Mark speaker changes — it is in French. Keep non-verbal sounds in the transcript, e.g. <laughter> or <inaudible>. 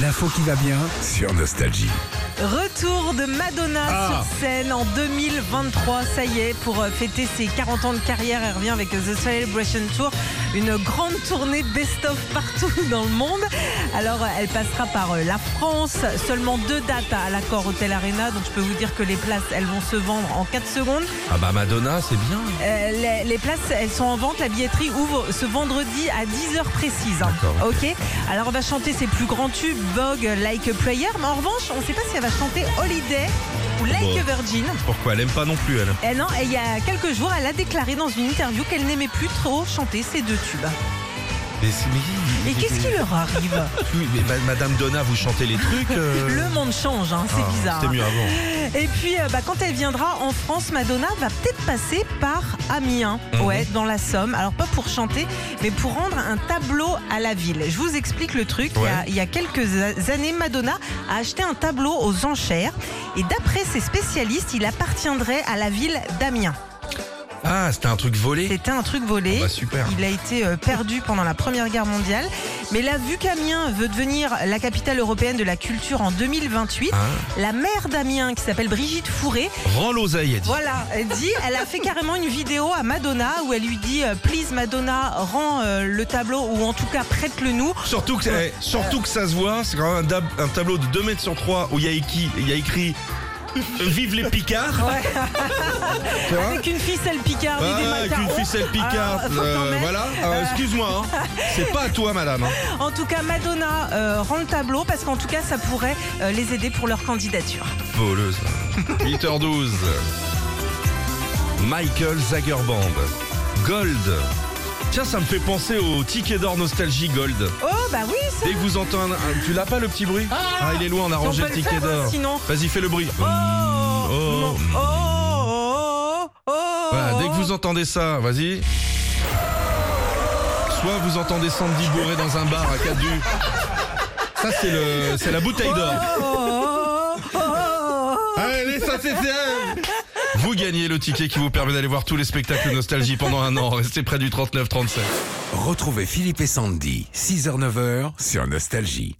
Speaker 1: L'info qui va bien sur Nostalgie.
Speaker 2: Retour de Madonna
Speaker 1: Ah.
Speaker 2: sur scène en 2023, ça y est, pour euh, fêter ses 40 ans de carrière, elle revient avec euh, The Celebration Tour, une grande tournée best-of partout <laughs> dans le monde. Alors, euh, elle passera par euh, la France, seulement deux dates à l'accord Hotel Arena, donc je peux vous dire que les places, elles vont se vendre en 4 secondes.
Speaker 3: Ah bah Madonna, c'est bien.
Speaker 2: Euh, les, les places, elles sont en vente. La billetterie ouvre ce vendredi à 10h précise. hein.
Speaker 3: D'accord,
Speaker 2: Ok. Alors, on va chanter ses plus grands tubes, Vogue, Like a Player. Mais en revanche, on ne sait pas si elle va chanter Holiday ou Like
Speaker 3: Bon.
Speaker 2: a Virgin.
Speaker 3: Pourquoi Elle aime pas non plus, elle.
Speaker 2: Et non, et il y a quelques jours, elle a déclaré dans une interview qu'elle n'aimait plus trop chanter ces deux tubes.
Speaker 3: Mais, c'est- mais-
Speaker 2: Et qu'est-ce qui leur arrive
Speaker 3: Oui, mais ma- Madame Donna, vous chantez les
Speaker 2: <laughs>
Speaker 3: trucs euh,
Speaker 2: Le monde change, hein, c'est
Speaker 3: ah,
Speaker 2: bizarre.
Speaker 3: C'était mieux avant.
Speaker 2: Et puis, euh, bah, quand elle viendra en France, Madonna va peut-être passer par Amiens,
Speaker 3: Mhm.
Speaker 2: ouais, dans la Somme. Alors, pas pour chanter, mais pour rendre un tableau à la ville. Je vous explique le truc. Il y a-
Speaker 3: Ouais.
Speaker 2: Il, y a, quelques a- années, Madonna a acheté un tableau aux enchères. Et d'après ses spécialistes, il appartiendrait à la ville d'Amiens.
Speaker 3: Ah, c'était un truc volé
Speaker 2: C'était un truc volé.
Speaker 3: Bon Bah super.
Speaker 2: Il a été euh, perdu pendant la Première Guerre mondiale. Mais là, vu qu'Amiens veut devenir la capitale européenne de la culture en 2028,
Speaker 3: Hein
Speaker 2: la maire d'Amiens, qui s'appelle Brigitte Fourré,
Speaker 3: Rends l'oseille, elle dit.
Speaker 2: voilà, elle dit, elle a fait carrément une vidéo à Madonna où elle lui dit euh, Please Madonna, rends euh, le tableau ou en tout cas prête-le nous.
Speaker 3: Surtout, que, eh, surtout que ça se voit, c'est quand même un, dab- un tableau de 2 mètres sur 3 où il y a écrit, il y a écrit euh, Vive les Picards <laughs> Tu vois
Speaker 2: Avec une ficelle picarde et des
Speaker 3: ah, avec
Speaker 2: macarons.
Speaker 3: une ficelle Picard,
Speaker 2: Alors, faut
Speaker 3: euh,
Speaker 2: quand même-
Speaker 3: voilà. Ah, Excuse-moi, hein. c'est pas à toi, madame. hein.
Speaker 2: En tout cas, Madonna euh, rend le tableau parce qu'en tout cas, ça pourrait euh, les aider pour leur candidature.
Speaker 3: Voleuse. 8h12. Michael Zagerband. Gold. Tiens, ça me fait penser au ticket d'or nostalgie Gold.
Speaker 2: Oh, bah oui, ça.
Speaker 3: Dès que vous entendez, un- un- tu l'as pas le petit bruit Ah, il est loin, on a
Speaker 2: on
Speaker 3: rangé
Speaker 2: peut
Speaker 3: le
Speaker 2: le
Speaker 3: ticket
Speaker 2: faire, hein,
Speaker 3: d'or.
Speaker 2: sinon.
Speaker 3: Vas-y, fais le bruit.
Speaker 2: Oh,
Speaker 3: Oh.
Speaker 2: oh, oh, oh, oh.
Speaker 3: Voilà, dès que vous entendez ça, vas-y. Soit vous entendez Sandy bourré dans un bar à Cadu. Ça, c'est le, c'est la bouteille d'or.
Speaker 2: Oh, oh, oh, oh.
Speaker 3: Allez, ça c'est Vous gagnez le ticket qui vous permet d'aller voir tous les spectacles Nostalgie pendant un an. Restez près du 39-37.
Speaker 1: Retrouvez Philippe et Sandy, 6h-9h sur Nostalgie.